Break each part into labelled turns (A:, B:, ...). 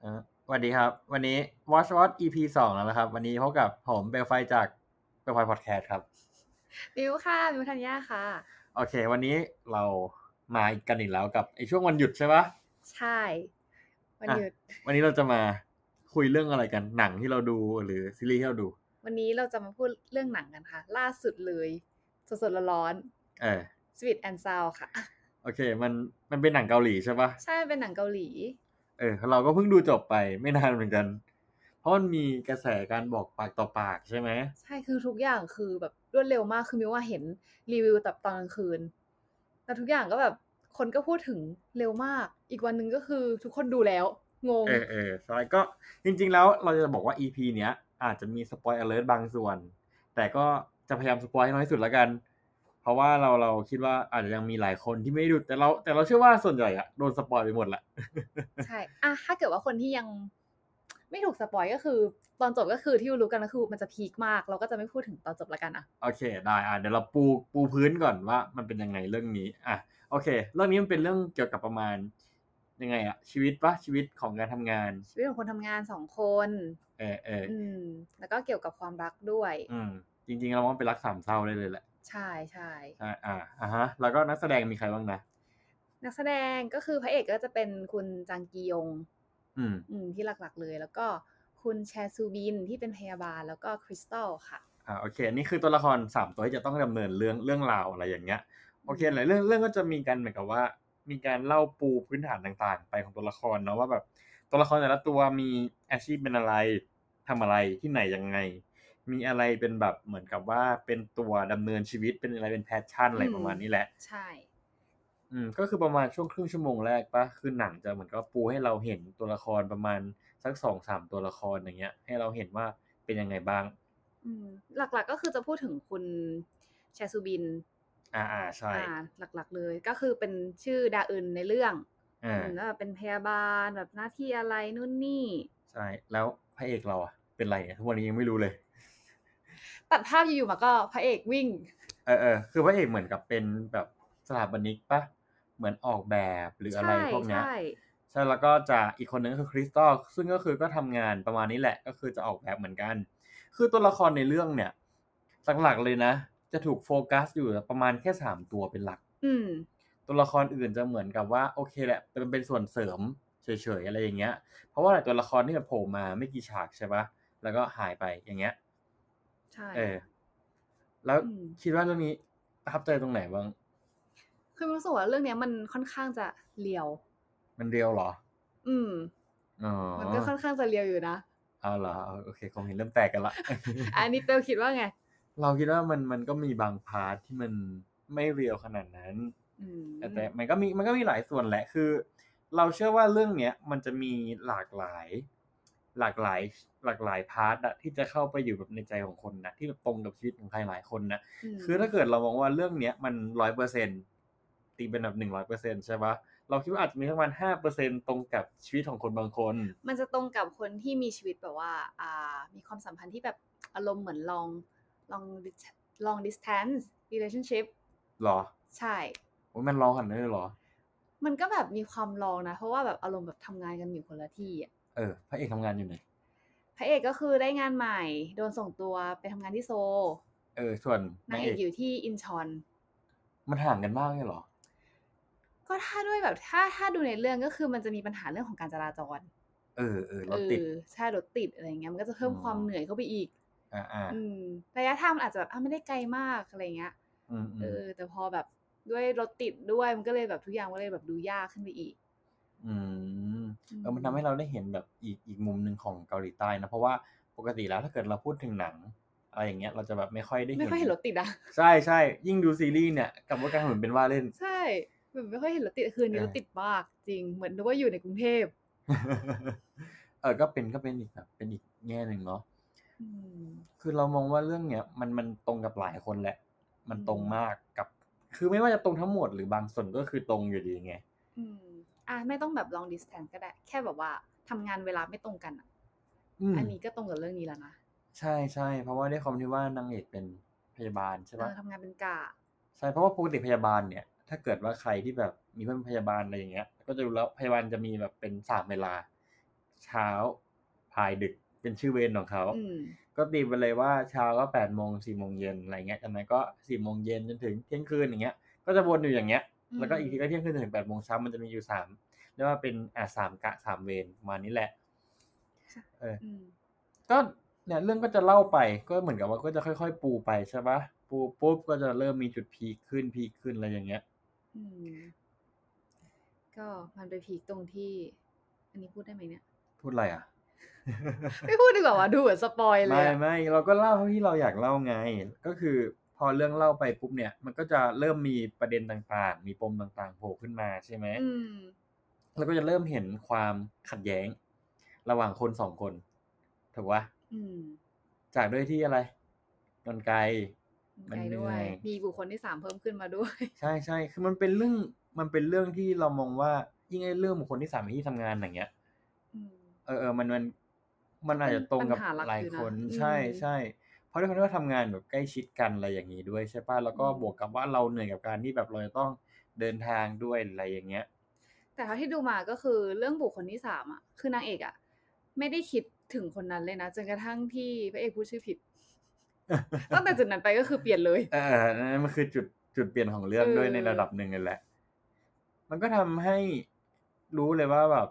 A: เออสวัสดีครับ วันนี้ Watch Watch EP สองแล้วนะครับ วันนี้พบกับผมเบลไฟจากเบลไฟพอดแคสต์ครับ
B: บิวค่ะบิวธัญญาค่ะ
A: โอเค วันนี้เรามาอีกกันอีกแล้วกับไอช่วงวันหยุดใช่ปะ
B: ใช่วัน
A: อ่ะ
B: หยุด
A: วันนี้เราจะมาคุยเรื่องอะไรกันหนังที่เราดูหรือซีรีส์ที่เราดู
B: วันนี้เราจะมาพูดเรื่องหนังกันค่ะ ล่าสุดเลย สดๆร้อน
A: เออ
B: ๆ Sweet and Sour ค่ะ
A: โอเค มันมันเป็นหนังเกาหลีใช่ปะ
B: ใช่เป็นหนังเกาหลี
A: เออเราก็เพิ่งดูจบไปไม่นานเหมือนกัน เพราะมันมีกระแสการบอกปากต่อปากใช่ไหม
B: ใช่คือทุกอย่างคือแบบรวดเร็วมากคือมิวว่าเห็นรีวิวแต่ตอนกลางคืนแต่ทุกอย่างก็แบบคนก็พูดถึงเร็วมาก อีกวันหนึ่งก็คือทุกคนดูแล้ว งง
A: เออเออสไลด์ก็จริง ๆ แล้วเราจะบอกว่า EP เนี้ย อาจจะมีสปอยเอ alert บางส่วน แต่ก็จะพยายามสปอยให้น้อยที่สุดละกัน เพราะว่าเราเราคิดว่าอาจจะยังมีหลายคนที่ไม่ได้ดูแต่เรา แต่เราเชื่อว่าส่วนใหญ่อะโดนสปอยไปหมดละ
B: ใช่อ่ะถ้าเกิดว่าคนที่ยัง ไม่ถูกสปอยก็คือ ตอนจบก็คือที่รู้กันก็คือมันจะพีคมาก เราก็จะไม่พูดถึงตอนจบละกันอ่ะ
A: โอเคได้อ่ะเดี๋ยวเราปูปูพื้นก่อนว่ามันเป็นยังไงเรื่องนี้อ่ะโอเค เรื่องนี้มันเป็นเรื่องเกี่ยวกับประมาณยังไงอะชีวิตปะชีวิตของการทำงาน
B: ชีวิตของคนทำงานสองคน
A: เออเออ
B: อืม แล้วก็เกี่ยวกับความรักด้วย
A: อืม จริงๆเราว่าเป็นรักสามเศร้าได้เลยแหละ
B: ใช่ใช่
A: ใช่อ่ะอ่ะฮะ แล้วก็นักแสดงมีใครบ้างนะ
B: นักแสดงก็คือพระเอกก็จะเป็นคุณจางกียง
A: อืม
B: อืม ที่หลักๆเลย แล้วก็คุณแชซูบินที่เป็นพยาบาล แล้วก็คริสตัลค่ะ
A: อ่าโอเคนี่คือตัวละครสามตัวที่จะต้องดำเนินเรื่องเรื่องราวอะไรอย่างเงี้ยโอเคหลายเรื่องเรื่องก็จะมีกันเหมือนกับว่า มีการเล่าปูพื้นฐานต่างๆ ไปของตัวละครเนาะว่าแบบตัวละครแต่ละตัวมีอาชีพเป็นอะไรทำอะไรที่ไหนยังไง มีอะไรเป็นแบบเหมือนกับว่าเป็นตัวดำเนินชีวิตเป็นอะไรเป็นแพชชั่นอะไร
B: อืม
A: ประมาณนี้แหละ
B: ใช่
A: อืมก็คือประมาณช่วงครึ่งชั่วโมงแรกปะคือหนังจะเหมือนกับปูให้เราเห็นตัวละครประมาณสักสองสามตัวละครอย่างเงี้ย ให้เราเห็นว่าเป็นยังไงบ้าง
B: อืม หลักๆก็คือจะพูดถึงคุณแชซูบิน
A: อ่าอ่าใช่
B: อ่า หลักๆเลย ก็คือเป็นชื่อดาอึนในเรื่อง
A: อ่า
B: อืมแล้วแบบเป็นพยาบาลแบบหน้าที่อะไรนู่นนี่
A: ใช่แล้วพระเอกเราอะเป็นไรอะทุกวันนี้ยังไม่รู้เลย
B: ตัดภาพอยู่ๆมาก็พระเอกวิ่ง
A: เออเออคือพระเอกเหมือนกับเป็นแบบสถาปนิกปะเหมือนออกแบบหรืออะไร
B: ใช่
A: พวกเนี้ย
B: ใช่
A: ใช่แล้วก็จะอีกคนนึงก็คือคริสตัลซึ่งก็คือก็ทำงานประมาณนี้แหละก็คือจะออกแบบเหมือนกัน คือตัวละครในเรื่องเนี่ยหลักๆเลยนะ จะถูกโฟกัสอยู่ประมาณแค่สามตัวเป็นหลัก
B: อืม
A: ตัวละครอื่นจะเหมือนกับว่าโอเคแหละเป็นเป็นส่วนเสริมเฉยๆอะไรอย่างเงี้ย เพราะว่าหลายตัวละครที่แบบโผล่มาไม่กี่ฉากใช่ปะแล้วก็หายไปอย่างเงี้ย
B: ใช่
A: เออ แล้ว
B: อืม
A: คิดว่าเรื่องนี้ประทับใจตรงไหนบ้าง
B: คือรู้สึกว่าเรื่องเนี้ยมันค่อนข้างจะเลียว
A: มันเรียวเหรอ
B: อืม
A: อ๋อ
B: มันก็ค่อนข้างจะเลียวอยู่นะ
A: เอาเหรอเอาโอเคคงเห็นเริ่มแตกกันละ
B: อันนี้เตลคิดว่าไง
A: เราคิดว่ามันมันก็มีบางพาร์ทที่มันไม่เรียวขนาดนั้น
B: อืม
A: แต่แต่มันก็มีมันก็มีหลายส่วนแหละคือ เราเชื่อว่าเรื่องเนี้ยมันจะมีหลากหลาย หลากหลายหลากหลายพาร์ทอะที่จะเข้าไปอยู่แบบในใจของคนนะที่แบบตรงกับชีวิตของใครหลายคนนะ
B: ม
A: คือถ้าเกิดเรามองว่าเรื่องเนี้ยมันร้อยเปอร์เซ็นตีเป็นแบบหนึ่งร้อยเปอร์เซ็นใช่ปะเราคิดว่าอาจจะมีประมาณห้าเปอร์เซ็นตรงกับชีวิตของคนบางคน
B: มันจะตรงกับคนที่มีชีวิตแบบว่า อ่า มีความสัมพันธ์ที่แบบอารมณ์เหมือนลอง ลอง dis- ลอง distance relationship
A: หรอ
B: ใช่
A: โอ้ยมันร้องขนาดนั้นเลยเหรอ
B: มันก็แบบมีความลองนะ เพราะว่าแบบอารมณ์แบบทำงานกันอยู่คนละที่อะ
A: เออพระเอกทำงานอยู่ไหน
B: พระเอกก็คือได้งานใหม่ โดนส่งตัวไปทำงานที่โซล
A: เออ ส่วน
B: นางเอกอยู่ที่อินชอน
A: มันห่างกันมากเลยเหรอ
B: ก็ถ้าด้วยแบบถ้าถ้าดูในเรื่องก็คือมันจะมีปัญหาเรื่องของการจราจร
A: เออเออร
B: เอ
A: ถติด
B: อใช่รถติดอะไรเงี้ยมันก็จะเพิ่ม
A: อ๋อ
B: ความเหนื่อยเข้าไปอีก
A: อ่าอ่า
B: อืมระยะทางมันอาจจะแบบอ่ะไม่ได้ไกลมากอะไรเงี้ย
A: อืมอื
B: เอ
A: ม
B: อ แต่พอแบบด้วยรถติดด้วยมันก็เลยแบบทุกอย่างก็เลยแบบดูยากขึ้นไปอีก
A: อืม เออมันทำให้เราได้เห็นแบบอีกอีกมุมหนึ่งของเกาหลีใต้นะ เพราะว่าปกติแล้วถ้าเกิดเราพูดถึงหนัง อะไรอย่างเงี้ยเราจะแบบไม่ค่อยได้
B: ไม่ค่อยเห็นรถติดอ่ะ
A: ใช่ใช่ยิ่งดูซีรีส์เนี่ยกับว่าการถนนเป็นว่าเล่น
B: ใช่แบบไม่ค่อยเห็นรถติดคืนนี้
A: เออ
B: รถติดมากจริงเหมือนนึกว่าอยู่ในกรุงเทพ
A: เออก็เป็นก็เป็นอีกแบบเป็นอีกแง่หนึ่งเนาะ
B: อืม
A: คือเรามองว่าเรื่องเนี้ยมันมันตรงกับหลายคนแหละ มันตรง
B: อืม
A: มากกับ คือไม่ว่าจะตรงทั้งหมดหรือบางส่วนก็คือตรงอยู่ดีไง
B: อืมอ่ะไม่ต้องแบบลองดิสแทนก็ได้ แค่แบบว่าทำงานเวลาไม่ตรงกันอะ
A: อืม
B: อันนี้ก็ตรงกับเรื่องนี้แล้วนะ
A: ใช่ใช่เพราะว่าด้วยความที่ว่านางเอกเป็นพยาบาลใช่
B: เอ
A: ปะ
B: อทำงานเป็นกะ
A: ใช่เพราะว่าปกติพยาบาลเนี่ย ถ้าเกิดว่าใครที่แบบมีเพื่อนพยาบาลอะไรอย่างเงี้ย ก็จะรู้แล้วพยาบาลจะมีแบบเป็นสามเวลา เช้าพายดึกเป็นชื่อเวรของเขา
B: อืม
A: ก็ตีไปเลยว่าเช้าก็แปดโมงสี่โมงเย็นอะไรเงี้ยจากนั้นก็สี่โมงเย็นจนถึงเที่ยงคืนอย่างเงี้ย ก็จะวนอยู่อย่างเงี้ย แล้วก็อีกทีก็เที่ยงคืนถึงแปดโมงเช้ามันจะมีอยู่สามเรียกว่าเป็นอ่าสามกะสามเวรประมาณนี้แหละ
B: ใช่
A: เออ
B: อืม
A: ก็เนี่ยเรื่องก็จะเล่าไปก็เหมือนกับว่าก็จะค่อย ๆ ปูไปใช่ปะปูปุ๊บก็จะเริ่มมีจุดพีคขึ้นพีคขึ้นอะไรอย่างเงี้ย
B: อืม ก็มันไปพีคตรงที่ อันนี้พูดได้ไหมเนี่ย
A: พูดอะไรอ่ะ
B: ไม่พูดดีกว่าวะดูเหมือนสปอยเล
A: ไม่
B: ยอะ
A: ไม่เราก็เล่าเท่าที่เราอยากเล่าไง ก็คือพอเรื่องเล่าไปปุ๊บเนี่ย มันก็จะเริ่มมีประเด็นต่างๆ มีปมต่างๆโผล่ขึ้นมาใช่ไหม
B: อืม
A: แล้วก็จะเริ่มเห็นความขัดแย้ง ระหว่างคนสองคนถูกปะ
B: อืม
A: จากด้วยที่อะไรกลไก มั
B: ไก
A: น
B: ล
A: เหนื่
B: ด้ว
A: อย ย
B: มีบุคคลที่สามเพิ่มขึ้นมาด้วย
A: ใช่ใช่คือมันเป็นเรื่องมันเป็นเรื่องที่เรามองว่ายิ่งไอ้เรื่องบุคคลที่สามในที่ทำงานอย่างเงี้ย
B: อืม
A: เออเออมันมันมันอาจจะตรงกับ
B: เป็นปัญหาหลัก
A: หลาย
B: อยู่นะ
A: คน
B: อืม
A: ใช่ใช่เพราะด้วยความที่ว่าทำงานแบบใกล้ชิดกันอะไรอย่างนี้ด้วยใช่ป่ะแล้วก็
B: อืม
A: บวกกับว่าเราเหนื่อยกับการที่แบบเราจะต้องเดินทางด้วยอะไรอย่างเงี้ย
B: แต่เท่าที่ดูมาก็คือเรื่องบุคคลที่สามอ่ะ คือนางเอกอ่ะ ไม่ได้คิดถึงคนนั้นเลยนะจนกระทั่งที่พระเอกพูดชื่อผิด ตั้งแต่จุดนั้นไปก็คือเปลี่ยนเลย
A: เออเออนั่นมันคือจุดจุดเปลี่ยนของเรื่อง
B: เออ
A: ด้วยในระดับหนึ่งเลยแหละ มันก็ทำให้รู้เลยว่าแบบ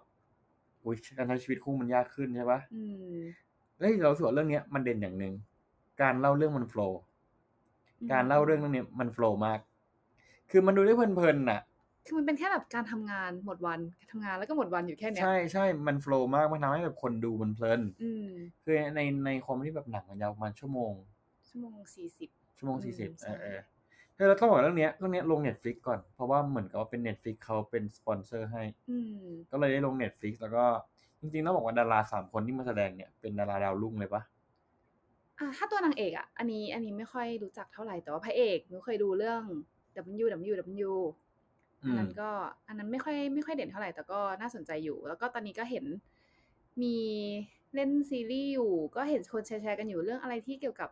A: อุ้ยการใช้ชีวิตคู่มันยากขึ้นใช่ป่ะ
B: อืม
A: เฮ้ยเรารู้สกวนเรื่องเนี้ยมันเด่นอย่างหนึ่งการเล่าเรื่องมันโฟล์
B: อืม
A: การเล่าเรื่องเรื่องนี้มันโฟล์มาก คือมันดูได้เพลินๆน่ะ
B: คือมันเป็นแค่แบบการทำงานหมดวันทำงานแล้วก็หมดวันอยู่แค่เนี้ย
A: ใช่ใช่ มันโฟล์มาก มันทำให้แบบคนดูมันเพลิน
B: อืม
A: คือในในความที่แบบหนังมันยาวประมาณชั่วโมง
B: ชั่วโมงสี่สิบ
A: ชั่วโมง
B: อืม
A: สี่สิบเอ
B: ใช่
A: อเออเฮ้ยเราต้องบอกเรื่องเนี้ยเรื่องเนี้ยลงเน็ตฟลิกก่อน เพราะว่าเหมือนกับว่าเป็นเน็ตฟลิกเขาเป็นสปอนเซอร์ให้
B: อืม
A: ก็เลยได้ลงเน็ตฟลิกแล้วก็จริงๆต้องบอกว่าดาราสามคนที่มาแสดงเนี่ยเป็นดาราดาวรุ่งเลยปะ
B: อ่ะถ้าตัวนางเอกอ่ะ อันนี้อันนี้ไม่ค่อยรู้จักเท่าไหร่ แต่ว่าพระเอกมิวเคยดูเรื่อง W W W อัน
A: อืม
B: นั้นก็อันนั้นไม่ค่อยไม่ค่อยเด่นเท่าไหร่แต่ก็น่าสนใจอยู่ แล้วก็ตอนนี้ก็เห็นมีเล่นซีรีส์อยู่ ก็เห็นคนแชร์แชร์กันอยู่เรื่องอะไรที่เกี่ยวกับ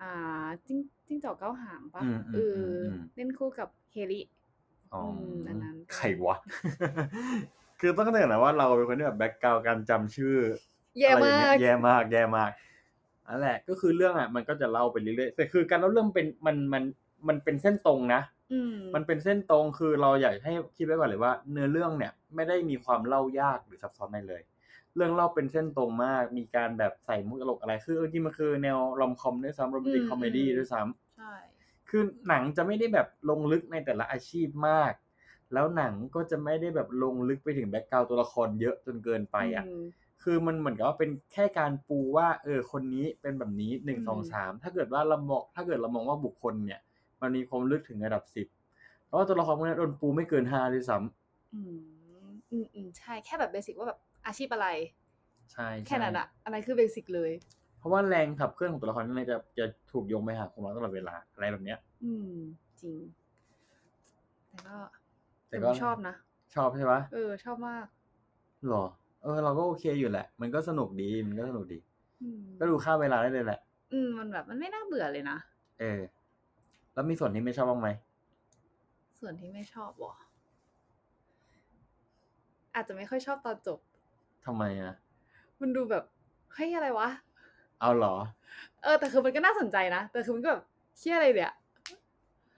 B: อ่าจิ้งจิ้งจอกเก้าหางปะ
A: อืมอืม
B: เอออ
A: มอืม
B: เล่นคู่กับเฮลิ
A: อ๋ออน
B: นั้นก็
A: ใครวะ คือต้องเตือนนะว่าเราเป็นคนที่แบบแบ็กกราวการจำชื่อ
B: แย่
A: อะไรอ
B: มา
A: ย่งเงี้ย
B: ก
A: แย่มาก แย่มากนั่นแหละ ก็คือเรื่องอ่ะ มันก็จะเล่าไปเรื่อยๆ แต่คือการเล่าเรื่องเป็นมันมันมันเป็นเส้นตรงนะ
B: อืม
A: มันเป็นเส้นตรงคือเราอยากให้คิดไว้ก่อนเลยว่า เนื้อเรื่องเนี่ยไม่ได้มีความเล่ายากหรือซับซ้อนอะไรเลย เรื่องเล่าเป็นเส้นตรงมาก มีการแบบใส่มุกตลกอะไร คือจริงๆมันคือแนวรอมคอมด้วยซ้ำโรแมนติกคอมเมดี้ด้วยซ้ำ
B: ใช่
A: คือหนังจะไม่ได้แบบลงลึกในแต่ละอาชีพมาก แล้วหนังก็จะไม่ได้แบบลงลึกไปถึงแบ็กกราวตัวละครเยอะจนเกินไปอ่ะ
B: อืม
A: คือมันเหมือนกับว่าเป็นแค่การปูว่า เออคนนี้เป็นแบบนี้หนึ่ง
B: อืม
A: สองสามถ้าเกิดว่าเรามองถ้าเกิดเรามองว่าบุคคลเนี่ย มันมีความลึกถึงระดับสิบเพราะว่าตัวละครพวกนี้โดนปูไม่เกินห้าด้วยซ้
B: อืมอืมอืมใช่แค่แบบเบสิกว่าแบบอาชีพอะไร
A: ำใช่
B: แค่นั้นอะอันนั้นคือเบสิกเลย
A: เพราะว่าแรงขับเคลื่อนของตัวละครนั่นเลยจะจะถูกโยงไปหาความรักตลอดเวลาอะไรแบบเนี้ย
B: อืม จริง แต่ก็
A: แต่
B: แต่
A: ก็
B: ก็ชอบนะ
A: ชอบใช่ปะ
B: เออ ชอบมาก
A: หรอ เออ เราก็โอเคอยู่แหละ มันก็สนุกดีมันก็สนุกดี
B: อืม
A: ก็ดูค่าเวลาได้เลยแหละ
B: อืมมันแบบมันไม่น่าเบื่อเลยนะ
A: เออ แล้วมีส่วนที่ไม่ชอบบ้างไหม
B: ส่วนที่ไม่ชอบวะอาจจะไม่ค่อยชอบตอนจบ
A: ทำไมอ่ะ
B: มันดูแบบเฮ้ยอะไรวะ
A: เอาเหรอ
B: เออ แต่คือมันก็น่าสนใจนะ แต่คือมันก็แบบเชี่ยอะไรเนี่ย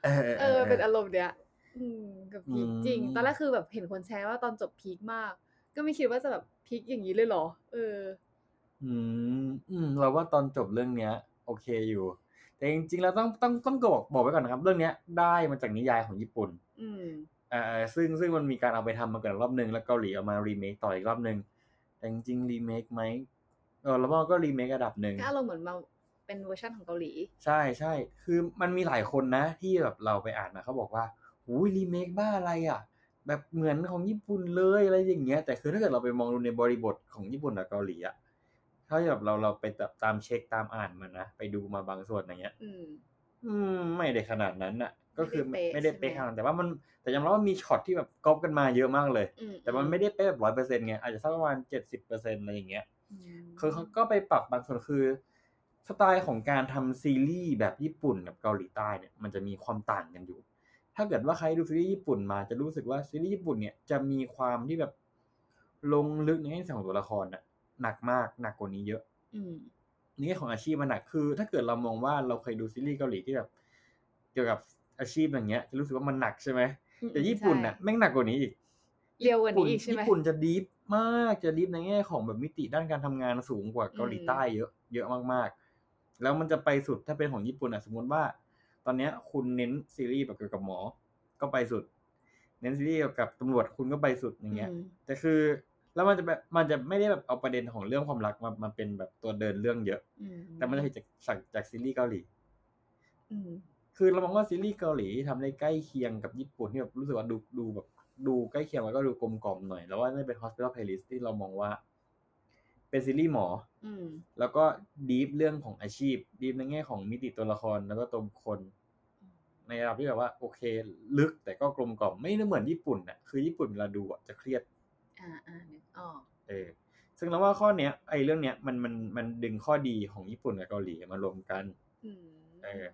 A: เออ
B: เออ เป็นอารมณ์เนี้ยอืมกับพีค
A: อืม
B: จริง ตอนแรกคือแบบเห็นคนแชร์ว่าตอนจบพีคมาก ก็ไม่คิดว่าจะแบบพีคอย่างนี้เลยเหรอ เออ
A: อืมอืม เราว่าตอนจบเรื่องเนี้ย โอเคอยู่ แต่จริงๆแล้วต้องต้องต้องบอกบอกไว้ก่อนนะครับ เรื่องเนี้ยได้มาจากนิยายของญี่ปุ่น
B: อืม
A: เอ่อซึ่งซึ่งมันมีการเอาไปทำมาเกิดรอบหนึ่งแล้วเกาหลีเอามารีเมคต่ออีกรอบหนึ่งแต่จริงๆรีเมคไหมเออเราว่าก็รีเมคระดับหนึ่ง
B: ก็อารมณ์เหมือนมาเป็นเวอร์ชันของเกาหลี
A: ใช่ใช่ คือมันมีหลายคนนะ ที่แบบเราไปอ่านมาเขาบอกว่าหูยรีเมคบ้าอะไรอ่ะ แบบเหมือนของญี่ปุ่นเลยอะไรอย่างเงี้ย แต่คือถ้าเกิดเราไปมองดูในบริบทของญี่ปุ่นกับเกาหลีอ่ะเท่าที่แบบเราเราไปตตามเช็คตามอ่านมานะ ไปดูมาบางส่วนอย่างเงี้ย
B: อืม
A: อืม ไม่ได้ขนาดนั้นอ่ะ ก็คือ
B: ไม่
A: ไม่
B: ได้
A: ไม่ได้
B: เป๊ะ
A: เป๊ะ
B: ใช่
A: ข
B: ไหม
A: นาดนั้นแต่ว่ามันแต่ยอมรับว่ามีช็อตที่แบบก๊อปกันมาเยอะมากเลย
B: อื
A: แต่มันไม่ได้เป๊ะแบบร้อยเปอร์เซ็นต์ไง อาจจะสักประมาณเจ็ดสิบเปอร์เซ็นต์อะไรอย่างเงี้ย
B: อืม
A: คือเขาก็ไปปรับบางส่วนคือสไตล์ของการทำซีรีส์แบบญี่ปุ่นกับเกาหลีใต้เนี่ยมันจะมีความต่างกันอยู่ ถ้าเกิดว่าใครดูซีรีส์ญี่ปุ่นมาจะรู้สึกว่าซีรีส์ญี่ปุ่นเนี่ยจะมีความที่แบบ ลงลึกในแง่ของตัวละครน่ะหนักมากหนักกว่านี้เยอะ
B: อืม
A: ในแง่ของอาชีพมันหนักคือ ถ้าเกิดเรามองว่าเราเคยดูซีรีส์เกาหลีที่แบบ เกี่ยวกับอาชีพอย่างเงี้ย จะรู้สึกว่ามันหนักใช่ไหมแต่ญี่ปุ่นน่ะแม่งหนักกว่านี้อีก
B: เรียวกว่านี้อีกใช่ไหม
A: ญี่ปุ่นจะดีฟมากจะดีฟในแง่ของแบบมิติด้านการทำงานสูงกว่าเกาหลี
B: อืม
A: ใต้เยอะเยอะมากๆ แล้วมันจะไปสุดถ้าเป็นของญี่ปุ่นอ่ะสมมติว่า ตอนเนี้ยคุณเน้นซีรีส์แบบเกี่ยวกับหมอ ก็ไปสุด เน้นซีรีส์เกี่ยวกับตำรวจคุณก็ไปสุดอย่างเงี้ย
B: อืม
A: แต่คือแล้วมันจะแบบมันจะไม่ได้แบบเอาประเด็นของเรื่องความรักมามาเป็นแบบตัวเดินเรื่องเยอะ
B: อื
A: แต่มันจะเห็นจากจากจากซีรีส์เกาหลี
B: อืม
A: คือเรามองว่าซีรีส์เกาหลีที่ทำได้ใกล้เคียงกับญี่ปุ่นที่แบบรู้สึกว่าดูดูแบบดูใกล้เคียงแล้วก็ดูกลมกล่อมหน่อย แล้วว่าน่าจะเป็น Hospital Playlist ที่เรามองว่า เป็นซีรีส์หมอ
B: อืม
A: แล้วก็ดีฟเรื่องของอาชีพดีฟในแง่ของมิติตัวละครแล้วก็ตัวบุคคล ในระดับที่แบบว่าโอเค ลึกแต่ก็กลมกล่อมไม่เหมือนญี่ปุ่นน่ะคือญี่ปุ่นเวลาดูอะจะเครียด
B: อ่าอ่านึกออก
A: เออซึ่งเราว่าข้อเนี้ยไอ้เรื่องเนี้ยมันมันมันดึงข้อดีของญี่ปุ่นกับเกาหลีมารวมกัน
B: อืม
A: เออ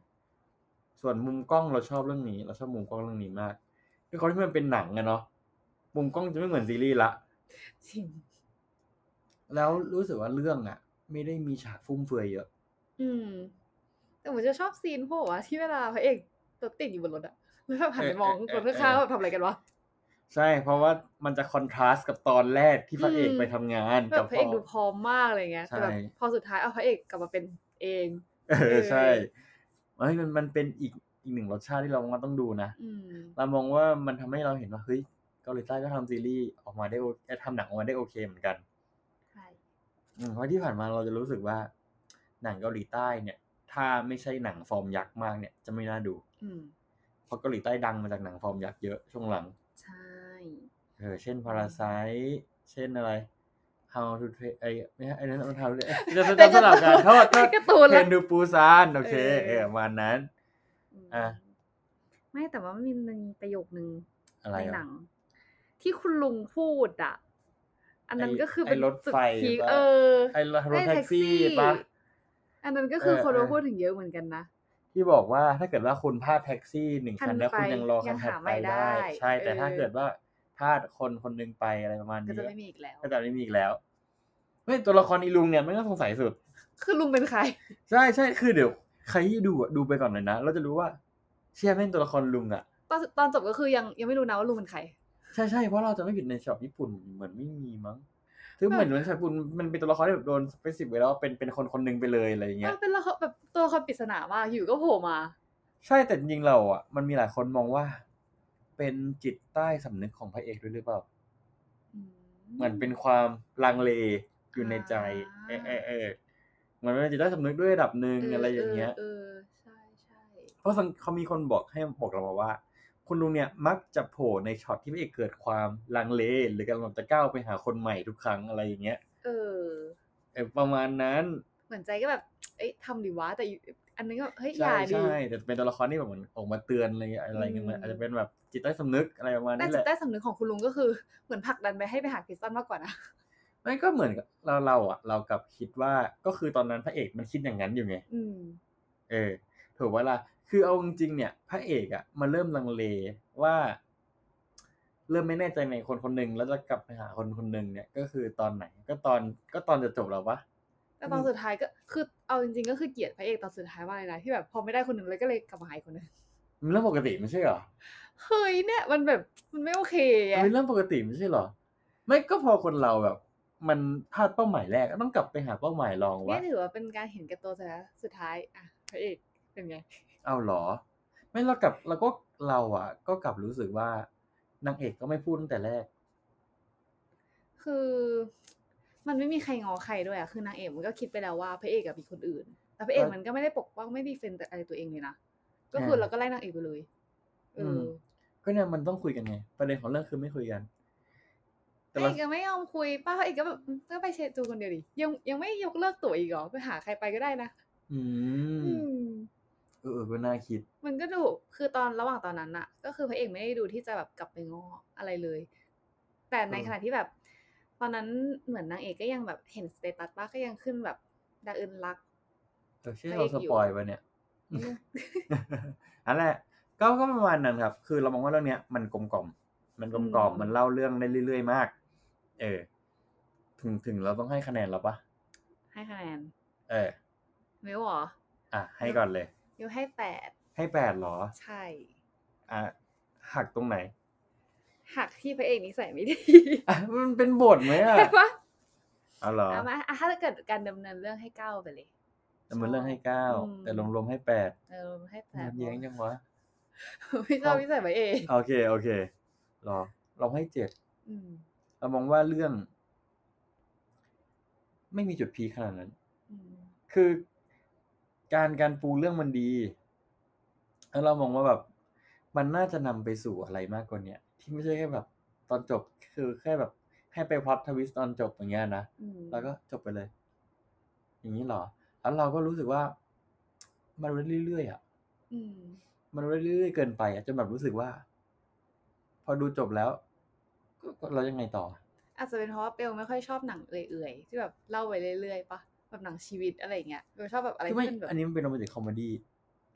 A: ส่วนมุมกล้องเราชอบเรื่องนี้ เราชอบมุมกล้องเรื่องนี้มากด้วยความที่มันเป็นหนังอะเนาะมุมกล้องจะไม่เหมือนซีรีส์ละ
B: จริง
A: แล้วรู้สึกว่าเรื่องอะไม่ได้มีฉากฟุ่มเฟือยเยอะ
B: อืม แต่ผมจะชอบซีนพวกว่าที่เวลาพระเอกรถติดอยู่บนรถอะ แล้วแบบหันไปมอง
A: เออเอ
B: ค
A: อ
B: นข้างๆว่าแบบทำอะไรกันวะ
A: ใช่ เพราะว่ามันจะคอนทราสต์กับตอนแรกที่พระเอกไปทำงาน
B: แบ
A: กับบ
B: พระเอก
A: พอ
B: ดูพร้อมมากอะไรเงี้ย
A: ใช่
B: แต่แบบพอสุดท้ายเอาพระเอกกลับมาเป็นเอง
A: เออใช่
B: เออ
A: เฮ้ยมันมันเป็นอีกอีกหนึ่งรสชาติที่เราว่าต้องดูนะ
B: อืม
A: เรามองว่ามันทำให้เราเห็นว่าเฮ้ยเกาหลีใต้ก็ทำซีรีส์ออกมาได้โอเอ่อทำหนังออกมาได้โอเคเหมือนกัน
B: ใช่
A: อืมเพราะที่ผ่านมาเราจะรู้สึกว่า หนังเกาหลีใต้เนี่ย ถ้าไม่ใช่หนังฟอร์มยักษ์มากเนี่ยจะไม่น่าดู
B: อืม
A: เพราะเกาหลีใต้ดังมาจากหนังฟอร์มยักษ์เยอะช่วงหลัง
B: ใช่
A: เออเช่นพาราไซเช่นอะไร How to Train ไอ้ไม่ใช่ไอ้นั้นมันทำเลยจะจะสลับกันโทษโทษ
B: การ์ตูน
A: เท
B: ละ
A: นดูปูซานโอเคเออประมาณนั้น
B: ม
A: อ่ะ
B: ไม่แต่ว่ามันมีประโยคนึง
A: อะไร
B: ใน
A: อ่ะ
B: หนัง ที่คุณลุงพูดอ่ะ อันนั้น
A: ไอ้
B: ก็คือเป็น
A: ไอ้รถ
B: จุด
A: ไฟ
B: พีค
A: ปะ
B: เออ
A: ไอ้รถ
B: ไอ้
A: แท็กซี่ปะ
B: อันนั้นก็คือ
A: เออ
B: คน
A: เอ
B: มา
A: อ
B: พูดถึงเยอะเหมือนกันนะ
A: ที่บอกว่าถ้าเกิดว่าคุณพลาดแท็กซี่หนึ่ง
B: คั
A: คัน
B: น
A: แล้ว
B: ไป
A: คุณยังรอ
B: ยั
A: คัน
B: ง
A: ถัด
B: หา
A: ไป
B: ไม่ได้
A: ได้ ใช่ แต่
B: เออ
A: ถ้าเกิดว่าพลาดคนคนหนึงไปอะไรประมาณ
B: ก็
A: นี้
B: จะไม่มีอีกแล้ว
A: ก็จะไม่มีอีกแล้วเฮ้ยตัวละครอีลุงเนี่ยมันก็สงสัยสุด
B: คือลุงเป็นใคร
A: ใช่ใช่คือเดี๋ยวใครที่ดูอะดูไปก่อนเลยนะเราจะรู้ว่า เชื่อแม่งตัวละครลุงอ่ะ
B: ตอนตอนจบก็คือยังยังไม่รู้นะว่าลุงเป็นใคร
A: ใช่ใช่เพราะเราจะไม่ผิดในฉบับญี่ปุ่นเหมือนไม่มีมั้งคือเหมือนในฉบับญี่ปุ่นมันเป็นตัวละครที่แบบโดนสเปซิฟไว้แล้วว่าเป็นเป็นคนคนหนึงไปเลยอะไรอย่างเงี้ย
B: เออเป็นละครแบบตัวละครปริศนามากอยู่ก็โผล่มา
A: ใช่แต่จริงๆเราอ่ะมันมีหลายคนมองว่า เป็นจิตใต้สำนึกของพระเอกด้วยหรือเปล่า เหมือนเป็นความลังเลอยู่ในใจ เอ
B: อ่า
A: อเออเออเหมือนเป็นจิตใต้สำนึกด้วยระดับหนึ่งอะไรอย่างเงี้ย
B: เออใช่ใช่
A: เพราะสังเขามีคนบอกให้บอกเรามาว่า คุณลุงเนี่ยมักจะโผล่ในช็อตที่พระเอกเกิดความลังเล หรือกำลังจะก้าวไปหาคนใหม่ทุกครั้งอะไรอย่างเงี้ย
B: เออ
A: เออประมาณนั้น
B: เหมือนใจก็แบบ เอ้ยทำดีวะ แต่อยู่อันนึงก็ เฮ้ยอ
A: ใช่
B: ย่าดี
A: ใช่แต่เป็นตัวละครที่แบบเหมือนออกมาเตือนอะไรอะไรเงี้ยมัน
B: อืม
A: อาจจะเป็นแบบจิตใต้สำนึกอะไรประมาณ
B: แต่
A: นี้แห
B: จิต
A: ละ
B: ใต้สำนึกของคุณลุงก็คือ เหมือนผลักดันไปให้ไปหาคริสตันมากกว่านะ
A: ไม่ก็เหมือนกับเราเราอ่ะ เรากลับคิดว่าก็คือตอนนั้นพระเอกมันคิดอย่างนั้นอยู่ไง
B: อืม
A: เออถูกเวลาคือเอาจริงๆเนี่ย พระเอกอะ่ะมันเริ่มลังเลว่า เริ่มไม่แน่ใจในคนคนหนึ่งแล้วจะกลับไปหาคนคนหนึ่งเนี่ย ก็คือตอนไหน ก็ตอนก็ตอนจะจบแล้ววะ
B: แต่ตอ
A: อื
B: น
A: ม
B: สุดท้ายก็ คือเอาจริงๆก็คือเกลียดพระเอกตอนสุดท้ายมากเลยนะที่แบบพอไม่ได้คนหนึ่งเลยก็เลยกลับมาหาอีกคนหนึง
A: มันเรื่องปกติไม่ใช่เหรอ
B: เฮ้ยเนี่ย มันแบบมันไม่โอเคไง
A: มันเรื่องปกติไม่ใช่เหรอ ไม่ก็พอคนเราแบบ มันพลาดเป้าหมายแรกก็ต้องกลับไปหาเป้าหมายรอง
B: เนี่
A: วะ
B: ยถือว่าเป็นการเห็นแก่ตัวแต่สุดท้ายอ่ะพระเอกเป็นไง
A: เอาเหรอ ไม่เรากลับเราก็เราอ่ะ ก็กลับรู้สึกว่านางเอกก็ไม่พูดตั้งแต่แรก
B: คือ มันไม่มีใครงอใครด้วยอะคือนางเอกมันก็คิดไปแล้วว่าพระเอกกับมีคนอื่น แต่พระเอกมันก็ไม่ได้ปกป้องไม่ดีเฟนต์อะไรตัวเองเลยนะ ก็คือ
A: เออ
B: เราก็ไล่นางเอกไปเลยเออ
A: ม ก็เนี่ยมันต้องคุยกันไงประเด็นของเรื่องคือไม่คุยกัน
B: พระ
A: แต่
B: เอ
A: เรา
B: กก็ไม่ยอมคุยป้าพระเอกก็แบบอืมก็ไปเชจูคนเดียวดิยังยังไม่ยกเลิกตั๋วอีกเหรอไปหาใครไปก็ได้นะ
A: อืม
B: อืม
A: เออเออก็น่าคิด
B: มันก็ดูคือตอนระหว่างตอนนั้นอะก็คือพระเอกไม่ได้ดูที่จะแบบกลับไปง้ออะไรเลย แต่ใน
A: เออ
B: ขณะที่แบบ ตอนนั้นเหมือนนางเอกก็ยังแบบเห็นสเตตัสป้าก็ยังขึ้นแบบดาเอินรัก
A: แต่ชื่อ
B: พระ
A: เรา
B: เอก
A: ส
B: อยู่
A: ปอยไปเนี่ย อันแหละก็ก็ประมาณนั้นครับ คือเรามองว่าเรื่องเนี้ยมันกลมกล่อม มันกลมกล่อม
B: อืม
A: มันเล่าเรื่องได้เรื่อยๆมาก เออ ถึงถึงเราต้องให้คะแนนแล้วปะ
B: ให้คะแนน
A: เออ
B: มิวเหรอ
A: อ่ะ ให้ก่อนเลย
B: มิวให้แปด
A: ให้แปดเหรอ
B: ใช่
A: อ่ะหักตรงไหน
B: หักที่พระเอกนิสัยไม่ดี
A: อ่ะมันเป็นบทไหมอ่ะ
B: ใช่ปะ
A: เอาเหรอ
B: เอามาอ่ะถ้าเกิดการดำเนินเรื่องให้เก้าไปเลย
A: แต่มันเรื่องให้เก้า
B: อืม
A: แต่รวมๆให้แปด
B: เออให้แปด
A: มันแย้งยังวะ
B: พี่ชอบนิสัยพระเอก
A: โอเค โอเคเหรอ เราให้เจ็ด
B: อืม
A: เรามองว่าเรื่อง ไม่มีจุดพีคขนาดนั้น
B: อืม
A: คือการการปูเรื่องมันดี แล้วเรามองว่าแบบ มันน่าจะนำไปสู่อะไรมากกว่าเนี้ยที่ไม่ใช่แค่แบบ ตอนจบคือแค่แบบ ให้ไปพล็อตทวิสต์ตอนจบอย่างเงี้ยนะ
B: อืม
A: แล้วก็จบไปเลย อย่างนี้เหรอ แล้วเราก็รู้สึกว่า มันเรื่อยๆอ่ะ
B: อืม
A: มันเรื่อยๆเกินไปอะจนแบบรู้สึกว่า พอดูจบแล้วก็ก็เรายังไงต่อ
B: อาจจะเป็นเพราะว่าเปลไม่ค่อยชอบหนังเอื่อยๆที่แบบเล่าไปเรื่อยๆปะแบบหนังชีวิตอะไรอย่างเงี้ยเบลชอบแบบอะไร
A: คือไม่
B: ที่มันแบบ
A: อันนี้มันเป็นโรแมนติกคอมเมดี้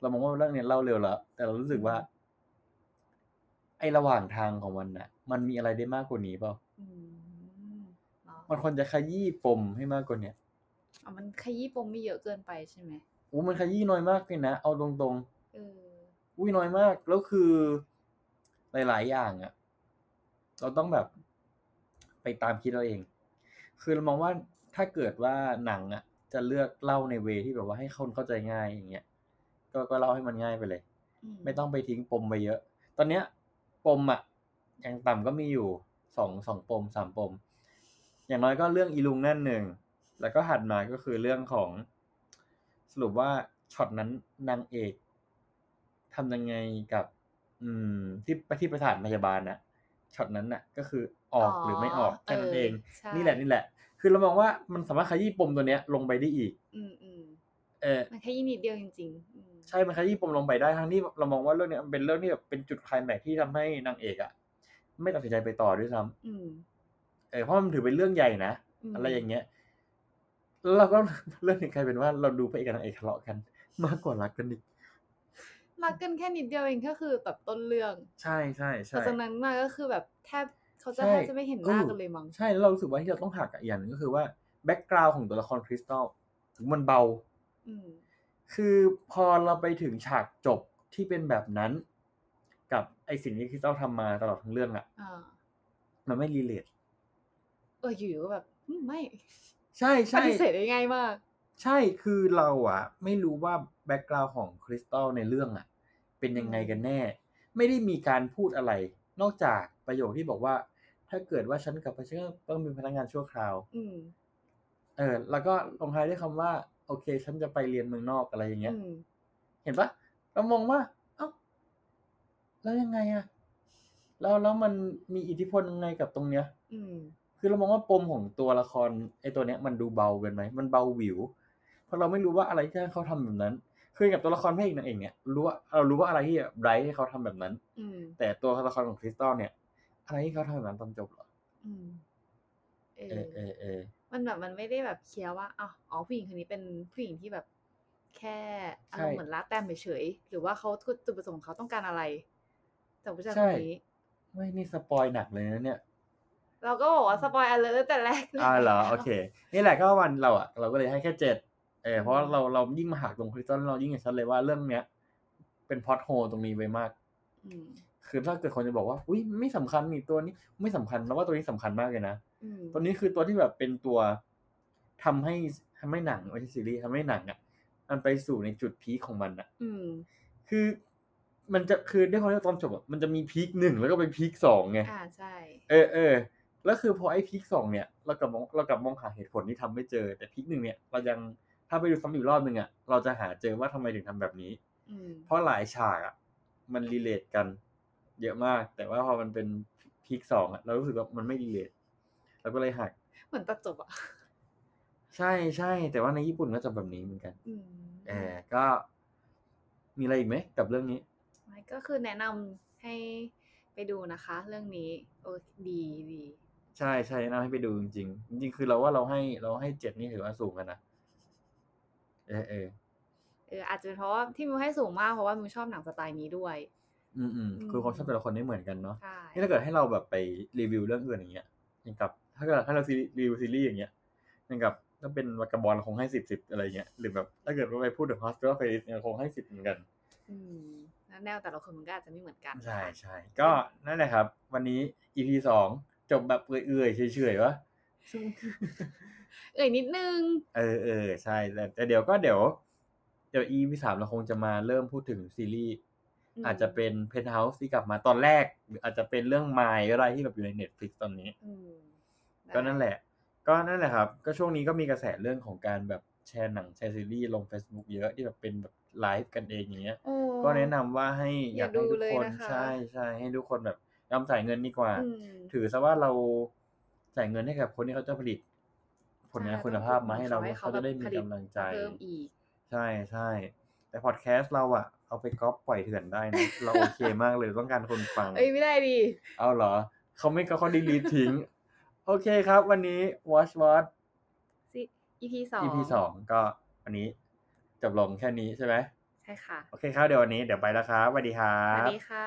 A: เรามองว่าเรื่องเนี้ยเล่าเร็วแล้ว แต่เรารู้สึกว่า
B: อืม
A: ไอ้ระหว่างทางของมันน่ะ มันมีอะไรได้มากกว่านี้เปล่า
B: อืมเหรอ
A: มันควรจะขยี้ปมให้มากกว่าเนี้ย
B: อ่ะมันขยี้ปมไม่เยอะเกินไปใช่ไหม
A: อู้มันขยี้น้อยมากเลยนะ เอาตรง
B: เออ
A: ๆ อุ้ยน้อยมาก แล้วคือหลาย ๆ อย่างอะเราต้องแบบ ไปตามคิดเราเอง คือเรามองว่าถ้าเกิดว่าหนังอะจะเลือกเล่าในเวที่แบบว่าให้คนเข้าใจง่ายอย่างเงี้ย ก็ก็เล่าให้มันง่ายไปเลย ไม่ต้องไปทิ้งปมไปเยอะ ตอนเนี้ย ปมอะอย่างต่ำก็มีอยู่สองสองปมสามปม อย่างน้อยก็เรื่องอีลุงนั่นหนึ่ง แล้วก็หัดมาก็คือเรื่องของ สรุปว่าช็อตนั้นนางเอกทำยังไงกับ อืม ที่ไปที่ประสถานพยาบาลนะช็อตนั้นน่ะ ก็คือออกหรือไม่ออกแค่นั้นเอง
B: ใช่
A: นี่แหละนี่แหละ คือเรามองว่ามันสามารถขยี้ปมตัวเนี้ย ลงไปได้อีก
B: อืมอืม
A: เออ
B: มันแค่ยี่นิดเดียวจริงๆอืม
A: ใช่มันขยี้ปมลงไปได้ทั้งที่เรามองว่าเรื่องเนี้ยมันเป็นเรื่องที่แบบเป็นจุดไคลายแม็กซ์ที่ทำให้นางเอกอะไม่ตัดสินใจไปต่อด้วยซ้
B: อืม
A: ำเออเพราะมันถือเป็นเรื่องใหญ่นะ
B: ม
A: อะไรอย่างเงี้ยแล้วเราก็ เรื่องนี้กลายเป็นว่าเราดูพระเอกกับนางเอกทะเลาะกัน มากกว่ารักกันอีก
B: รักกันแค่นิดเดียวเองก็คือแบบต้นเรื่อง
A: ใช่ใช่
B: แต่
A: ใช่
B: จากนั้นมาก็คือแบบแทบเขาจะ
A: ใช่
B: แทบจะไม่เห็นหน้า
A: เออ
B: กันเลยมั้ง
A: ใช่แล้วเรารู้สึกว่าที่เราต้องหักอะอีกอย่างหนึงก็คือว่าแบ็กกราวน์ของตัวละครคริสตัลถึงมันเบา
B: อืม
A: คือพอเราไปถึงฉากจบที่เป็นแบบนั้น กับไอสิ่งที่คริสตัลทำมาตลอดทั้งเรื่องอะ
B: อ่า
A: มันไม่รีเลท
B: เอออยู่ๆก็แบบอืมไม่
A: ใช่
B: ป
A: ใช่
B: ฏิเสธได้ง่ายมาก
A: ใช่ คือเราอะไม่รู้ว่าแบ็กกราวของคริสตัลในเรื่องอะเป็นยังไงกันแน่ ไม่ได้มีการพูดอะไร นอกจากประโยคที่บอกว่า ถ้าเกิดว่าฉันกลับไปฉันก็ต้องเป็นพนักงานชั่วคราว
B: อืม
A: เออ แล้วก็ลงท้ายด้วยคำว่า โอเค ฉันจะไปเรียนเมืองนอกอะไรอย่างเงี้ย
B: อืม
A: เห็นปะเรามองว่า เอ้า แล้วยังไงอะแล้วแล้วมันมีอิทธิพลยังไงกับตรงเนี้ย
B: อืม
A: คือเรามองว่าปมของตัวละครไอ้ตัวเนี้ยมันดูเบาเกินไหมมันเบาหวิว เพราะเราไม่รู้ว่าอะไรที่เขาทำแบบนั้น คือกับตัวละครพระเอกนางเอกเนี่ยรู้ว่าเรารู้ว่าอะไรที่ไบรท์ให้เขาทำแบบนั้น
B: อืม
A: แต่ตัวละครของคริสตัลเนี่ย อะไรที่เขาทำแบบนั้นตอนจบเหรอ
B: อืมเอ
A: เอ
B: อ
A: อเออเออ
B: มันแบบมันไม่ได้แบบเคลียร์ว่าอ๋ออ๋อผู้หญิงคนนี้เป็นผู้หญิงที่แบบ แค่อารมณ์เหมือนละแต้มเฉยๆหรือว่าเขาจุดประสงค์ของเขาต้องการอะไรจากผู้ชายคนนี้
A: ไม่นี่สปอยหนักเลยนะเนี่ย
B: เราก็บอกว่าสปอยอะไรตั้งแต่แรก
A: อ่าเหรอโอเค นี่แหละก็วันเราอะเราก็เลยให้แค่เจ็ดเออเพราะว่าเราเรายิ่งมาหักตรงคริสตัลเรายิ่งเห็นชัดเลยว่าเรื่องเนี้ย เป็นพล็อตโฮตรงนี้ไปมาก
B: อืม
A: คือถ้าเกิดคนจะบอกว่า อุ้ยไม่สำคัญนี่ตัวนี้ไม่สำคัญแล้วว่าตัวนี้สำคัญมากเลยนะ
B: อืม
A: ตัวนี้คือตัวที่แบบเป็นตัวทำให้ทำให้หนังไม่ใช่ซีรีส์ทำให้หนังอ่ะมันไปสู่ในจุดพีคของมันอ่ะ
B: อืม
A: คือ มันจะคือด้วยความที่ตอนจบอะมันจะมีพีคหนึ่งแล้วก็ไปพีคสองไง
B: อ่าใช่
A: เออเออแล้วคือพอไอ้พีคสองเนี่ยเรากลับมองเรากลับมองหาเหตุผลที่ทำไม่เจอ แต่พีคหนึ่งเนี่ยเรายังถ้าไปดูซ้ำอีกรอบหนึ่งอ่ะเราจะหาเจอว่าทำไมถึงทำแบบนี้
B: อืม
A: เพราะหลายฉากอ่ะ มันรีเลทกัน เยอะมาก แต่ว่าพอมันเป็นพีคสองอ่ะเรารู้สึกว่ามันไม่รีเลทเราก็เลยหัก
B: เหมือนตัดจบอ่ะ
A: ใช่ใช่แต่ว่าในญี่ปุ่นก็จะแบบนี้เหมือนกัน
B: อืม
A: เออก็ มีอะไรอีกไหมกับเรื่องนี้
B: ไม่ก็คือแนะนำให้ไปดูนะคะ เรื่องนี้โอ้ดีดี
A: ใช่ใช่แนะนำให้ไปดูจริงๆจริงๆคือเราว่าเราให้เราให้เจ็ดนี่ถือว่าสูงกันนะเออเออ
B: เอออาจจะเป็นเพราะว่าที่มิวให้สูงมากเพราะว่ามิวชอบหนังสไตล์นี้ด้วย
A: อืมอืม
B: อืม
A: คือความชอบแต่ละคนไม่เหมือนกันเนาะ
B: ใช่
A: นี่ถ้าเกิดให้เราแบบไปรีวิวเรื่องอื่นอย่างเงี้ยอย่างกับ ถ้าเกิดถ้าเราซีรีส์รีวิวซีรีส์อย่างเงี้ยอย่างกับถ้าเป็นวากาบอลเราคงให้สิบสิบอะไรเงี้ยหรือแบบถ้าเกิดว่าไปพูดถึงฮอสเทลเฟสเราคงให้สิบเหมือนกัน
B: อืมแล้วแนวแต่ละคนมันก็อาจจะไม่เหมือนกัน
A: ใช่ใช่ก็นั่นแหละครับ วันนี้ EP สองจบแบบเอื่อยๆเฉยๆวะ
B: เอ่ยนิดนึง
A: เออเออใช่แต่แต่เดี๋ยวก็เดี๋ยว เดี๋ยว EP สามเราคงจะมาเริ่มพูดถึงซีรีส์
B: อืม
A: อาจจะเป็นเพนท์เฮาส์ที่กลับมาตอนแรก หรืออาจจะเป็นเรื่องไมล์อะไรที่แบบอยู่ในเน็ตฟลิกตอนนี้
B: อืม
A: ก็นั่นแหละ ก็นั่นแหละครับ ก็ช่วงนี้ก็มีกระแสเรื่องของการแบบแชร์หนังแชร์ซีรีส์ลง Facebook เยอะที่แบบเป็นแบบไลฟ์กันเองอย่างเงี้ย
B: โอ้
A: ก็แนะนำว่าให้อ
B: อ
A: าย
B: ยาก ก
A: ให้ทุ
B: ดู
A: ก
B: เลย
A: คน
B: นะคะ
A: ใช่ใช่ให้ทุกคนแบบยอมจ่ายเงินดีกว่า
B: อืม
A: ถือซะว่าเราจ่ายเงินให้กับคนที่เขาจะผลิต ผลงาน
B: ใช่
A: คุณภาพมาให้เรา
B: ขอให้
A: เขา
B: เขา
A: จะได้มี
B: แบบผลิต
A: กำลังใจ
B: เพิ่มอีก
A: ใช่ใช่แต่พอดแคสต์เราอะเอาไปก๊อปปล่อยเถื่อนได้นะ เราโอเคมากเลยต้องการคนฟัง
B: เอ้ยไม่ได้ดิ
A: เอาเหรอ เขาไม่ก็เขาดีลีททิ้ง โอเคครับ วันนี้ Watch Watch
B: สิ EP สอง
A: EP สองก็วันนี้จบลงแค่นี้ใช่ไหม
B: ใช่ค่ะ
A: โอเคครับเดี๋ยววันนี้เดี๋ยวไปแล้วครับสวัสดีครับ
B: สวัสดีค่ะ